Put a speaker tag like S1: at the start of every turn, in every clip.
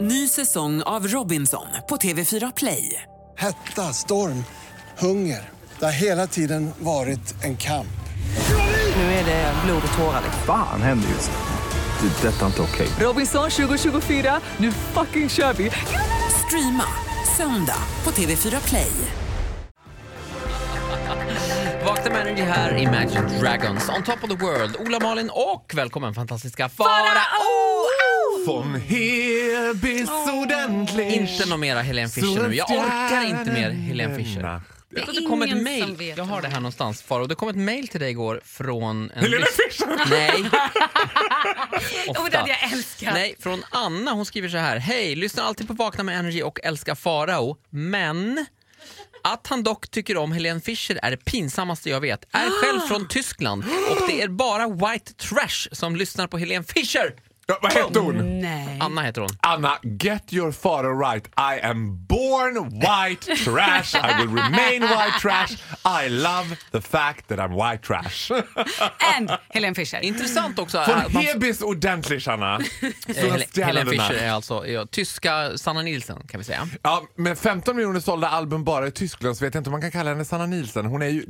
S1: Ny säsong av Robinson på TV4 Play.
S2: Hetta, storm, hunger. Det har hela tiden varit en kamp.
S1: Nu är det blod och tårar. liksom.
S3: Fan händer just nu. Det. är Detta är inte okej.
S1: Robinson 2024, nu fucking kör vi! Streama söndag på TV4 Play.
S4: Vakna med Energy här, Imagine Dragons, On Top of the World, Ola Malin och välkommen fantastiska Farao!
S5: Von Hebis ordentligt.
S4: Inte någon mera Helene Fischer nu. Jag orkar inte mer Helene Fischer.
S5: stjärnorna.
S4: Jag tror
S6: Det är
S4: kom ett
S6: ingen
S4: mail.
S6: som vet
S4: Jag har
S6: vad
S4: det här någonstans Farao. Det kom ett mail till dig igår från... En
S5: Helene
S4: lys-
S5: Fischer!
S4: Nej.
S6: Åh, Oh, det hade jag älskat.
S4: Nej, från Anna. Hon skriver så här. Hej, lyssnar alltid på Vakna med Energy och älskar Farao, men att han dock tycker om Helene Fischer är det pinsammaste jag vet. Är själv från Tyskland och det är bara white trash som lyssnar på Helene Fischer.
S5: Ja, vad hette hon?
S6: Nej.
S4: Anna heter hon.
S5: Anna, get your father right. I am born white trash. I will remain white trash. I love the fact that I'm white trash.
S6: And Helene Fischer.
S4: Intressant också. att
S5: Von
S4: man-
S5: Hebis ordentligt, Anna.
S4: Eh, Hel- Helene
S5: Stjärnorna.
S4: Fischer är alltså ja, tyska Sanna Nielsen kan vi säga.
S5: Ja, med 15 miljoner sålda album bara i Tyskland så vet jag inte om man kan kalla henne Sanna Nielsen. Hon är ju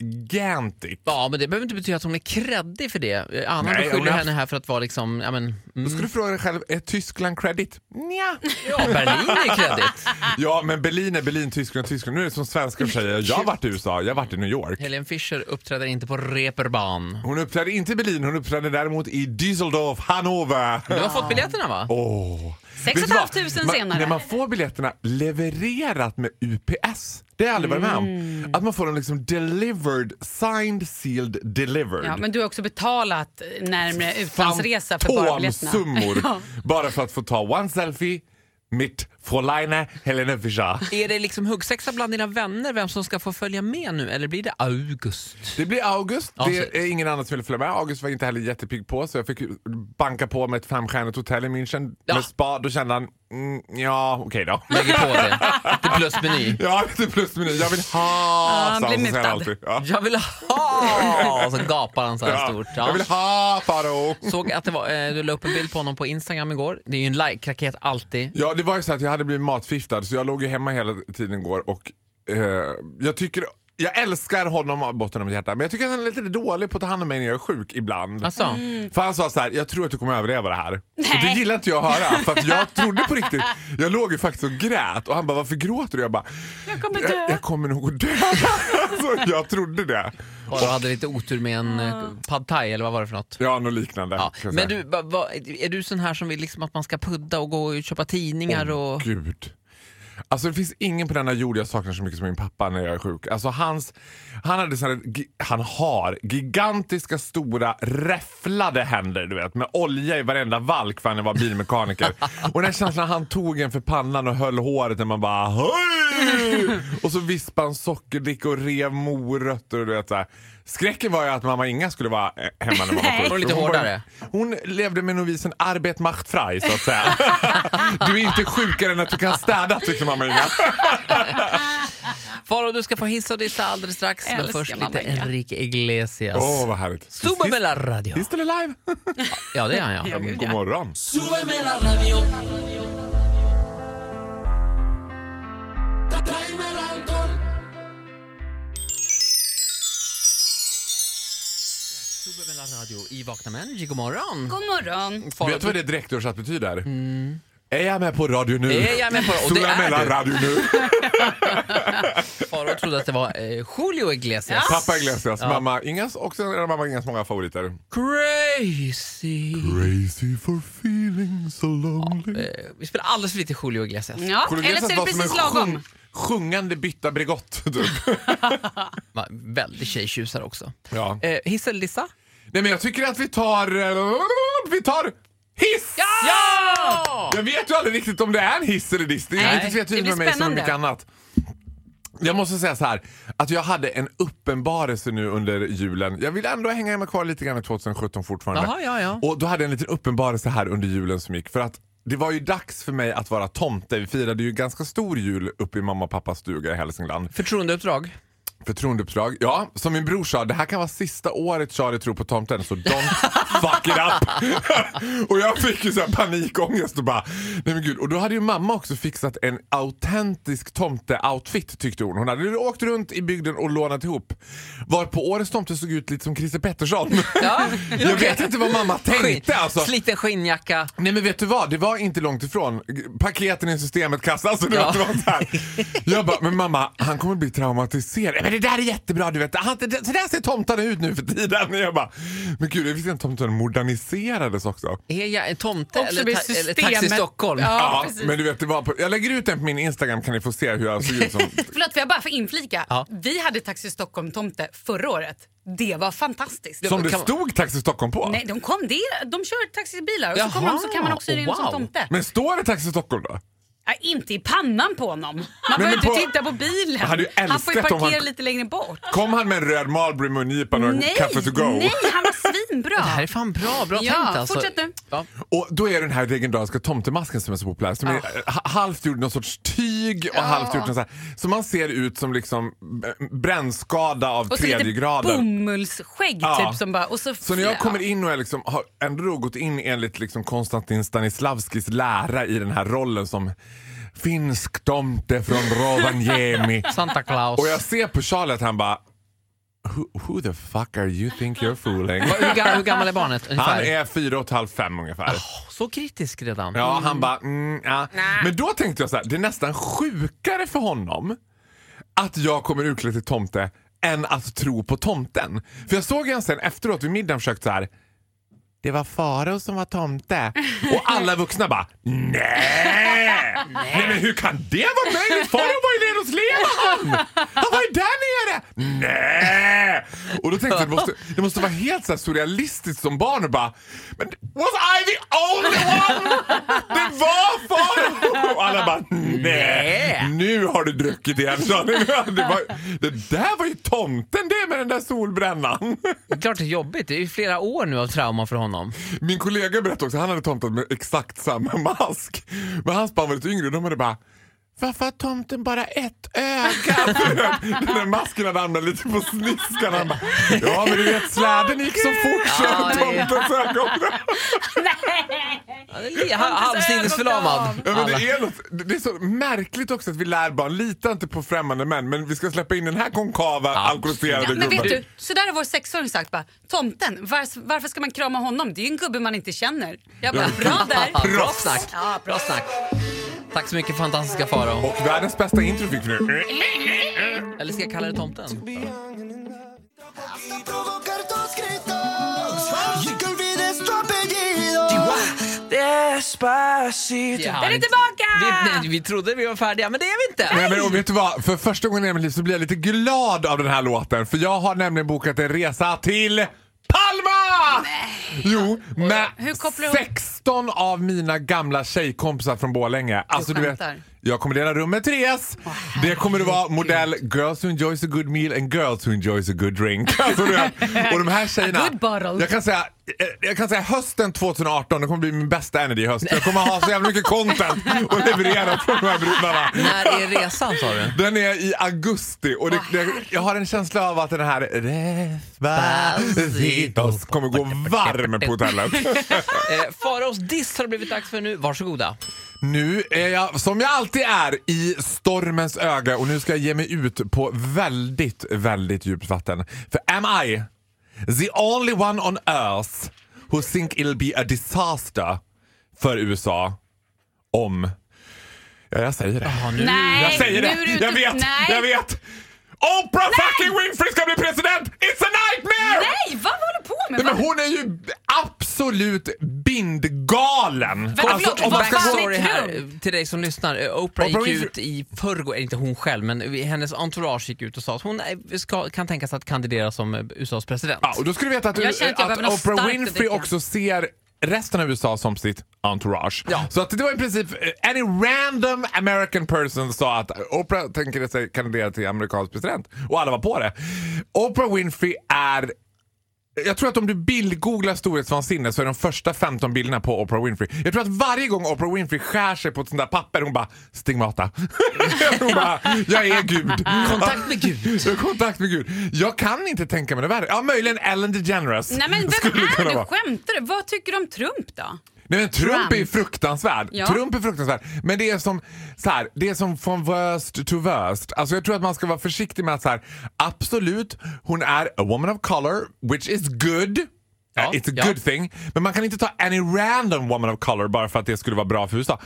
S5: gigantic.
S4: Ja, men det behöver inte betyda att hon är kreddig för det. Eh, Anna
S5: Nej,
S4: beskyller
S5: hon har-
S4: henne här för att vara liksom, ja men,
S5: Då
S4: mm,
S5: ska du fråga dig själv, är Tyskland credit? Nja.
S4: ja, Berlin är kreddigt.
S5: Ja, men Berlin är Berlin, Tyskland, Tyskland. Nu är det som svenskar säger, jag har varit i USA, jag har varit i New York.
S4: Helene Fischer uppträder inte på reperbahn.
S5: Hon uppträdde inte i Berlin, hon uppträdde däremot i Düsseldorf, Hannover.
S4: Du har fått biljetterna va?
S5: Åh.
S6: Sex och
S5: Vet
S6: ett
S5: du vad?
S6: halvt tusen
S5: Man-
S6: senare.
S5: När man får biljetterna levererat med UPS, det har jag aldrig varit med
S6: Mm.
S5: om. Att man får dem liksom delivered, signed, sealed, delivered.
S6: Ja, men du har också betalat närmre utlandsresa för bara biljetterna.
S5: Fantomsummor, bara för att få ta one selfie, mitt Fräulein Helene Fischer.
S4: Är det liksom huggsexa bland dina vänner vem som ska få följa med nu eller blir det August?
S5: Det blir August.
S4: Ja, så-
S5: Det är ingen annan som ville följa med. August var inte heller jättepigg på så jag fick banka på med ett femstjärnigt hotell i München
S4: Ja.
S5: med spa. Då kände han, mm, ja okej då.
S4: Lägger på det. Det är plusmeny.
S5: Ja, lite plusmeny. Jag vill ha,
S6: han
S5: sa
S6: blir
S5: så säger han
S6: mutad.
S5: alltid. Ja.
S4: Jag vill ha! Och så gapar han så här
S5: Ja.
S4: stort. Ja.
S5: Jag vill ha Faro.
S4: Såg att det var, eh, du la upp en bild på honom på Instagram igår. Det är ju en like-raket alltid.
S5: Ja, det var ju så att jag hade blivit matfiftad så jag låg ju hemma hela tiden igår och eh, jag tycker jag älskar honom av botten av mitt hjärta men jag tycker att han är lite dålig på att ta hand om mig när jag är sjuk ibland.
S4: Alltså,
S5: För han sa så här, jag tror att du kommer överleva det här. Och det gillar inte jag att höra. För att jag trodde på riktigt. Jag låg ju faktiskt och grät och han bara, varför gråter du? Jag bara, jag
S6: kommer dö.
S5: Jag, kommer nog att dö. alltså, jag trodde det.
S4: och du hade lite otur med en eh, pad thai eller vad var det för något?
S5: Ja, något liknande.
S4: Ja.
S5: kan jag
S4: Men
S5: säga.
S4: du, va, va, är du sån här som vill liksom att man ska pudda och gå och köpa tidningar och...
S5: Gud. Alltså det finns ingen på denna jord jag saknar så mycket som min pappa när jag är sjuk. Alltså hans, han, hade såna, gi- han har gigantiska stora räfflade händer du vet med olja i varenda valk för han var bilmekaniker. och den här känslan han tog en för pannan och höll håret när man bara Hej! Och så vispade han sockerdricka och rev morötter och du vet så här. Skräcken var ju att mamma Inga skulle vara eh, hemma när man var sjuk.
S4: Var lite
S5: Hon var ju-
S4: hårdare?
S5: Hon levde med novisen arbet macht frei så att säga. Du är inte sjukare än att du kan städa tyckte mamma Inga.
S4: Farao, du ska få hissa och dissa alldeles strax. Men
S6: Älskar
S4: först
S6: mamma
S4: lite
S6: Inga.
S4: Enrique Iglesias.
S5: Åh vad härligt.
S4: Suba med la radio.
S5: He's still alive.
S4: Ja, det är han ja.
S5: God morgon. Suba med la radio i Vakna med Energy. God morgon.
S6: God morgon.
S4: Farao,
S5: Vet du vad det direktörsat betyder? Är jag med på radio nu?
S4: Är jag med på- och det
S5: Står jag
S4: är
S5: mellan
S4: du.
S5: radio nu?
S4: Farao trodde att det var eh, Julio Iglesias.
S5: Pappa Iglesias, mamma Ingas, också en av mamma Ingas många favoriter.
S4: Crazy!
S5: Crazy for feeling so lonely.
S4: Eh, Vi spelar alldeles för lite Julio Iglesias.
S6: Ja,
S5: Kolo
S6: Ah, eller så
S5: Iglesias
S6: är det
S5: var som
S6: precis
S5: en
S6: lagom.
S5: sjung- sjungande bytta brigott. Typ.
S4: Va, Väldigt tjejtjusare också.
S5: ja.
S4: Eh, Hiss eller dissa?
S5: Nej men jag tycker att vi tar... eh, Vi tar hiss!
S4: Ja!
S5: Jag vet ju aldrig riktigt om det är en hiss eller diss. Det är
S4: Nej,
S5: lite
S6: det
S5: tvetydigt
S6: blir
S5: med mig som med mycket
S6: spännande.
S5: annat. Jag måste säga så här, att jag hade en uppenbarelse nu under julen. Jag vill ändå hänga med kvar lite grann i 2017 fortfarande.
S4: Jaha, ja, ja.
S5: Och då hade jag en liten uppenbarelse här under julen som gick. För att det var ju dags för mig att vara tomte. Vi firade ju ganska stor jul uppe i mamma och pappas stuga i Hälsingland.
S4: Förtroendeuppdrag?
S5: Förtroendeuppdrag. Ja, som min bror sa, det här kan vara sista året Charlie tror på tomten så don't fuck it up. och jag fick ju så här panikångest och bara, nej men gud. Och då hade ju mamma också fixat en autentisk tomte-outfit tyckte hon. Hon hade åkt runt i bygden och lånat ihop. Varpå årets tomte såg ut lite som Christer Pettersson.
S4: Ja,
S5: jag vet inte vad mamma tänkte alltså.
S4: Sliten skinnjacka.
S5: Nej men vet du vad, det var inte långt ifrån. G- Paketen i systemet kastas och
S4: Ja.
S5: ja. det var så här. Jag bara, men mamma han kommer bli traumatiserad. Men det där är jättebra du vet. Han, det, så där ser tomtarna ut nu för tiden. Jag bara, men gud jag visste inte att tomten moderniserades också.
S4: Är jag en tomte
S6: Också
S4: eller,
S6: blir
S4: ta- eller
S6: systemet...
S4: Taxi Stockholm?
S6: Ja,
S5: Ja,
S6: precis.
S5: men du vet, det var på, jag lägger ut den på min Instagram kan ni få se hur jag såg ut som.
S6: Förlåt, får jag bara få inflika?
S4: Ja.
S6: Vi hade Taxi Stockholm-tomte förra året. Det var fantastiskt.
S5: Som det
S4: Kan man-
S5: stod Taxi Stockholm på.
S6: Nej, de kom. Det, de kör taxibilar och
S4: Jaha,
S6: så, kommer de, så kan man också hyra in
S4: wow.
S6: som tomte.
S5: Men står det Taxi Stockholm då?
S6: Nej, inte i pannan på honom. Man
S5: men
S6: behöver inte
S5: på-
S6: titta på bilen.
S5: Jag hade ju
S6: han får ju
S5: älskat om
S6: parkera
S5: han-
S6: lite längre bort.
S5: Kom han med en röd Marlboro i mungipan och en kaffe to go?
S6: nej, han var svinbra.
S4: Det här är fan bra, bra
S6: Ja,
S4: tänkt alltså.
S6: fortsätt nu.
S4: Ja.
S5: Och då är det den här legendariska tomtemasken som är så populär. Som är eh, ha- halvt gjord i någon sorts tyg och halvt gjord i någon så här. Så man ser ut som liksom b- brännskada av
S6: och så
S5: tredje
S6: lite
S5: graden.
S6: bomullsskägg
S5: Ja.
S6: typ som bara... Och så,
S5: Så när jag kommer in och är liksom, har ändå gått in enligt liksom Konstantin Stanislavskis lära i den här rollen som finsk tomte från Rovaniemi.
S4: Santa Claus.
S5: och jag ser på Charlie att han bara who, who the fuck are you think you're fooling?
S4: Vad- Hur, ga- hur gammal är barnet
S5: Han
S4: ungefär?
S5: är fyra och ett halvt, fem ungefär.
S4: Så kritisk redan?
S5: Ja, han bara mm, ja. Men då tänkte jag så här, det är nästan sjukare för honom att jag kommer utklädd till tomte än att tro på tomten. För jag såg han sen efteråt vid middagen försökt så här. Det var Farao som var tomte. Och alla vuxna bara nej! Nej men hur kan det vara möjligt? Farao var ju nere hos Leman! Han var ju där nere! Nej! Och då tänkte jag det måste, det måste vara helt så här surrealistiskt som barn och bara Men was I the only one? Det var Farao! Och alla bara nej!
S4: Nej.
S5: Nu har du druckit igen Johnny. Det, var, det där var ju tomten det med den där solbrännan.
S4: Det är klart det är jobbigt. Det är ju flera år nu av trauma för honom.
S5: Min kollega berättade också, han hade tomtat med exakt samma mask. Men hans barn var lite yngre och de hade bara varför har tomten bara ett öga? Den där masken hade hamnat lite på sniskan. Han bara, ja men du vet släden gick så fort så
S4: Ja, det-
S5: tomtens ögon.
S4: Halvsinnesförlamad.
S5: Ja, men det, är något, det är så märkligt också att vi lär barn, lita inte på främmande män men vi ska släppa in den här konkava alkoholiserade
S6: Ja, men vet
S5: gubben.
S6: du, så där har vår sexåring sagt bara, tomten, vars, varför ska man krama honom? Det är ju en gubbe man inte känner. Jag bara, bra där.
S4: Ja, Bra snack. Bra snack. Tack så mycket fantastiska Farao.
S5: Och världens bästa intro fick vi nu.
S4: Eller ska jag kalla dig tomten?
S7: provocar tus gritos y que olvides tu apellido. Despacito.
S4: Ja,
S6: Är ni
S4: inte-
S6: tillbaka?
S4: Vi, nej, vi trodde vi var färdiga, men det är vi inte.
S5: Nej, men, och vet du vad? För första gången i mitt liv så blir jag lite glad av den här låten. För jag har nämligen bokat en resa till Palma! Jo, med
S6: Hur kopplar du ihop-
S5: 16 av mina gamla tjejkompisar från Borlänge. Alltså du vet,
S6: skämtar.
S5: jag kommer dela rum med Therese. det kommer det vara modell girls who enjoys a good meal and girls who enjoys a good drink. Alltså, du vet. Och de här tjejerna,
S6: Good bottle.
S5: jag kan, säga, eh, jag kan säga hösten 2018, det kommer bli min bästa energy i höst. Jag kommer ha så jävla mycket content att leverera från de här brudarna.
S4: När är resan sa du?
S5: Den är i augusti och det, det, jag har en känsla av att den här Respacitos kommer gå varm på hotellet.
S4: Eh, Faraos diss har det blivit dags för nu. Varsågoda.
S5: Nu är jag som jag alltid är i stormens öga och nu ska jag ge mig ut på väldigt, väldigt djupt vatten. För am I the only one on earth who think it'll be a disaster för USA om... Ja, jag säger det.
S6: Nej,
S5: Jag säger
S6: nu
S5: det!
S6: är du ute-
S5: Jag vet!
S6: Nej.
S5: Jag vet! Oprah fucking Winfrey ska bli president! It's a nightmare!
S6: Nej, vad håller du på med?
S5: Nej, men
S6: Vad-
S5: hon är ju absolut bindgalen! Alltså,
S6: Vänta,
S4: Alltså,
S6: förlåt,
S5: om man ska
S6: vad fan
S5: gå-
S6: är
S4: Backstory här till dig som lyssnar. Eh, Oprah
S5: Oprah
S4: gick
S5: Winfrey-
S4: ut i förrgår, eh, inte hon själv, men vi- hennes entourage gick ut och sa att hon eh, ska, kan tänka sig att kandidera som eh, USAs president.
S5: Ja, och då ska du veta att,
S6: Jag känner att jag behöver
S5: att
S6: något
S5: Oprah
S6: starkt att
S5: Winfrey
S6: dricka.
S5: också ser resten av USA som sitt entourage. Så att det var i princip eh, any random American person sa att Oprah tänker sig kandidera till amerikansk president och alla var på det. Oprah Winfrey är Jag tror att om du bildgooglar storhetsvansinne så är de första 15 bilderna på Oprah Winfrey. Jag tror att varje gång Oprah Winfrey skär sig på ett sånt där papper, hon bara stigmata. hon bara, jag är gud.
S4: Kontakt med Gud.
S5: Jag har kontakt med Gud. Jag kan inte tänka mig det värre. Ja, möjligen Ellen DeGeneres.
S6: Nej men vem
S5: skulle det
S6: är
S5: kunna
S6: du?
S5: vara.
S6: Skämtar du? Vad tycker du om Trump då?
S5: Nej, men Trump, är ju
S6: Trump.
S5: fruktansvärd.
S6: Ja.
S5: Trump är fruktansvärd. Men det är som så här, det är som från worst to worst. Alltså jag tror att man ska vara försiktig med att så här, absolut, hon är a woman of color, which is good.
S4: Ja,
S5: Eh, It's a
S4: ja.
S5: good thing. Men man kan inte ta any random woman of color bara för att det skulle vara bra för USA.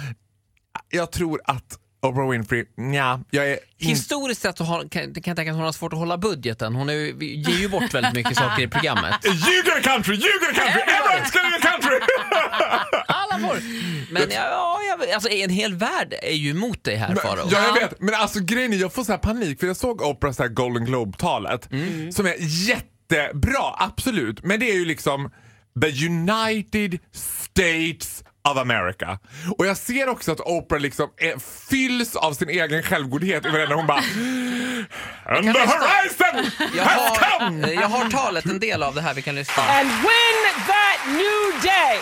S5: Jag tror att Oprah Winfrey, nja, jag är...
S4: Historiskt sett så har, kan, kan jag tänka att hon har svårt att hålla budgeten. Hon är, ju- vi ger ju bort väldigt mycket saker i programmet.
S5: Ljuger country, ljuger country, everyone's gonna country!
S4: Alla får. Men ja, ja, jag- alltså, en hel värld är ju emot dig här Farao.
S5: Ja, jag vet. Men alltså grejen är, jag får så här panik för jag såg Oprahs så här Golden Globe-talet
S4: Mm.
S5: Mm. som är jättebra, absolut. Men det är ju liksom the United States of America. Och jag ser också att Oprah liksom är, fylls av sin egen självgodhet i varenda hon bara And
S4: lyssna.
S5: the horizon
S4: Jag
S5: has
S4: har, eh,
S5: come!
S4: jag har talet, en del av det här vi kan lyssna
S8: And when that new day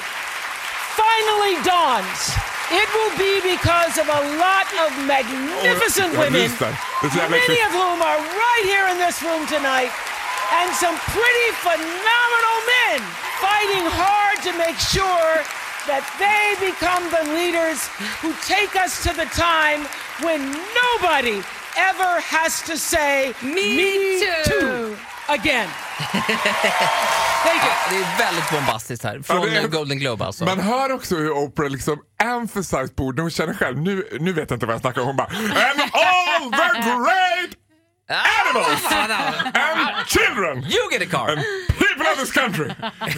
S8: finally dawns, it will be because of a lot of magnificent
S5: Jag
S8: women,
S5: lyssnar. Det är så jävla
S8: many
S5: äckligt.
S8: of whom are right here in this room tonight, and some pretty phenomenal men fighting hard to make sure that they become the leaders who take us to the time when nobody ever has to say,
S6: Me too."
S8: again. Thank you.
S4: Det är väldigt bombastiskt här.
S5: Ja,
S4: Från
S5: det är-
S4: eh, Golden Globe alltså.
S5: Man hör också hur Oprah liksom emphasize på ord när hon känner själv, nu, nu vet jag inte vad jag snackar om. Hon bara And all the great animals! and children
S4: You get a car!
S5: and people of this country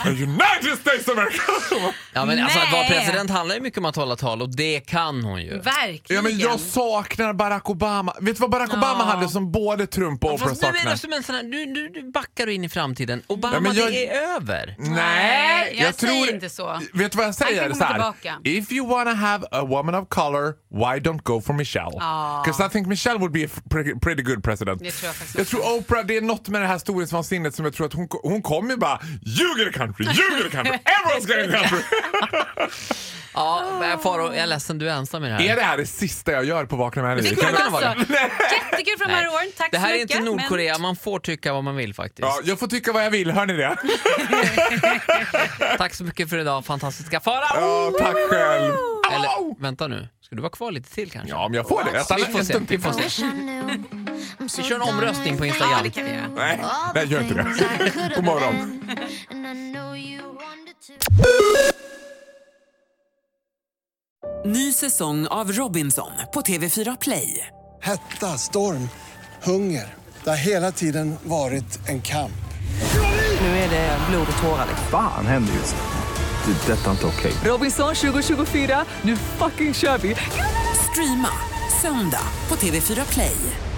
S5: and United States of America.
S4: Ja, men alltså, att vara
S6: Nej.
S4: president handlar ju mycket om att hålla tal och det kan hon ju.
S5: ja,
S6: Verkligen.
S5: men jag saknar Barack Obama. Vet du vad Barack Obama hade som både Trump och Oprah
S4: Fast nu, är
S5: saknar?
S4: det som en sån här, nu, nu, nu backar du in i framtiden. Obama,
S5: Ja, men jag- Mm.
S4: det är över.
S6: Nej, jag säger inte så.
S5: Vet du vad jag säger?
S6: kommer
S5: Så här,
S6: tillbaka.
S5: If you wanna have a woman of color, why don't go for Michelle? Because I think Michelle would be a f- pre- pretty good president.
S6: Det tror jag faktiskt
S5: jag tror Oprah, det är något med det här storhetsvansinnet som jag tror att hon, ko- hon kommer ju bara You get a country, you get a country, everyone's getting a country.
S4: Ja, men Faro, jag är ledsen, du är ensam i det här.
S5: är det här det sista jag gör på Vakna med Energy?
S6: Det
S5: Kan
S6: kommer
S5: du-
S4: det vara
S6: alltså. Jättekul för de här åren. Tack
S4: Det här
S6: så
S4: är
S6: mycket.
S4: inte
S6: men-
S4: Nordkorea, man får tycka vad man vill faktiskt.
S5: Ja, jag får tycka vad jag vill, hör ni det?
S4: Tack så mycket för idag, fantastiska Farao!
S5: Ja, tack själv. Au!
S4: Eller vänta nu, ska du vara kvar lite till kanske?
S5: Ja, om jag får det. Jag stannar
S4: Vi får
S5: en
S4: se,
S5: stund till.
S4: vi får se. Vi kör en omröstning på Instagram.
S6: Ja, det kan vi göra.
S5: Nej, nej, gör inte det. God morgon.
S1: Ny säsong av Robinson på TV4 Play.
S2: Hetta, storm, hunger. Det har hela tiden varit en kamp.
S1: Nu är det blod och tårar.
S3: Fan händer just det. Det är detta inte okej.
S1: Robinson 2024, nu fucking kör vi! Streama söndag på TV4 Play.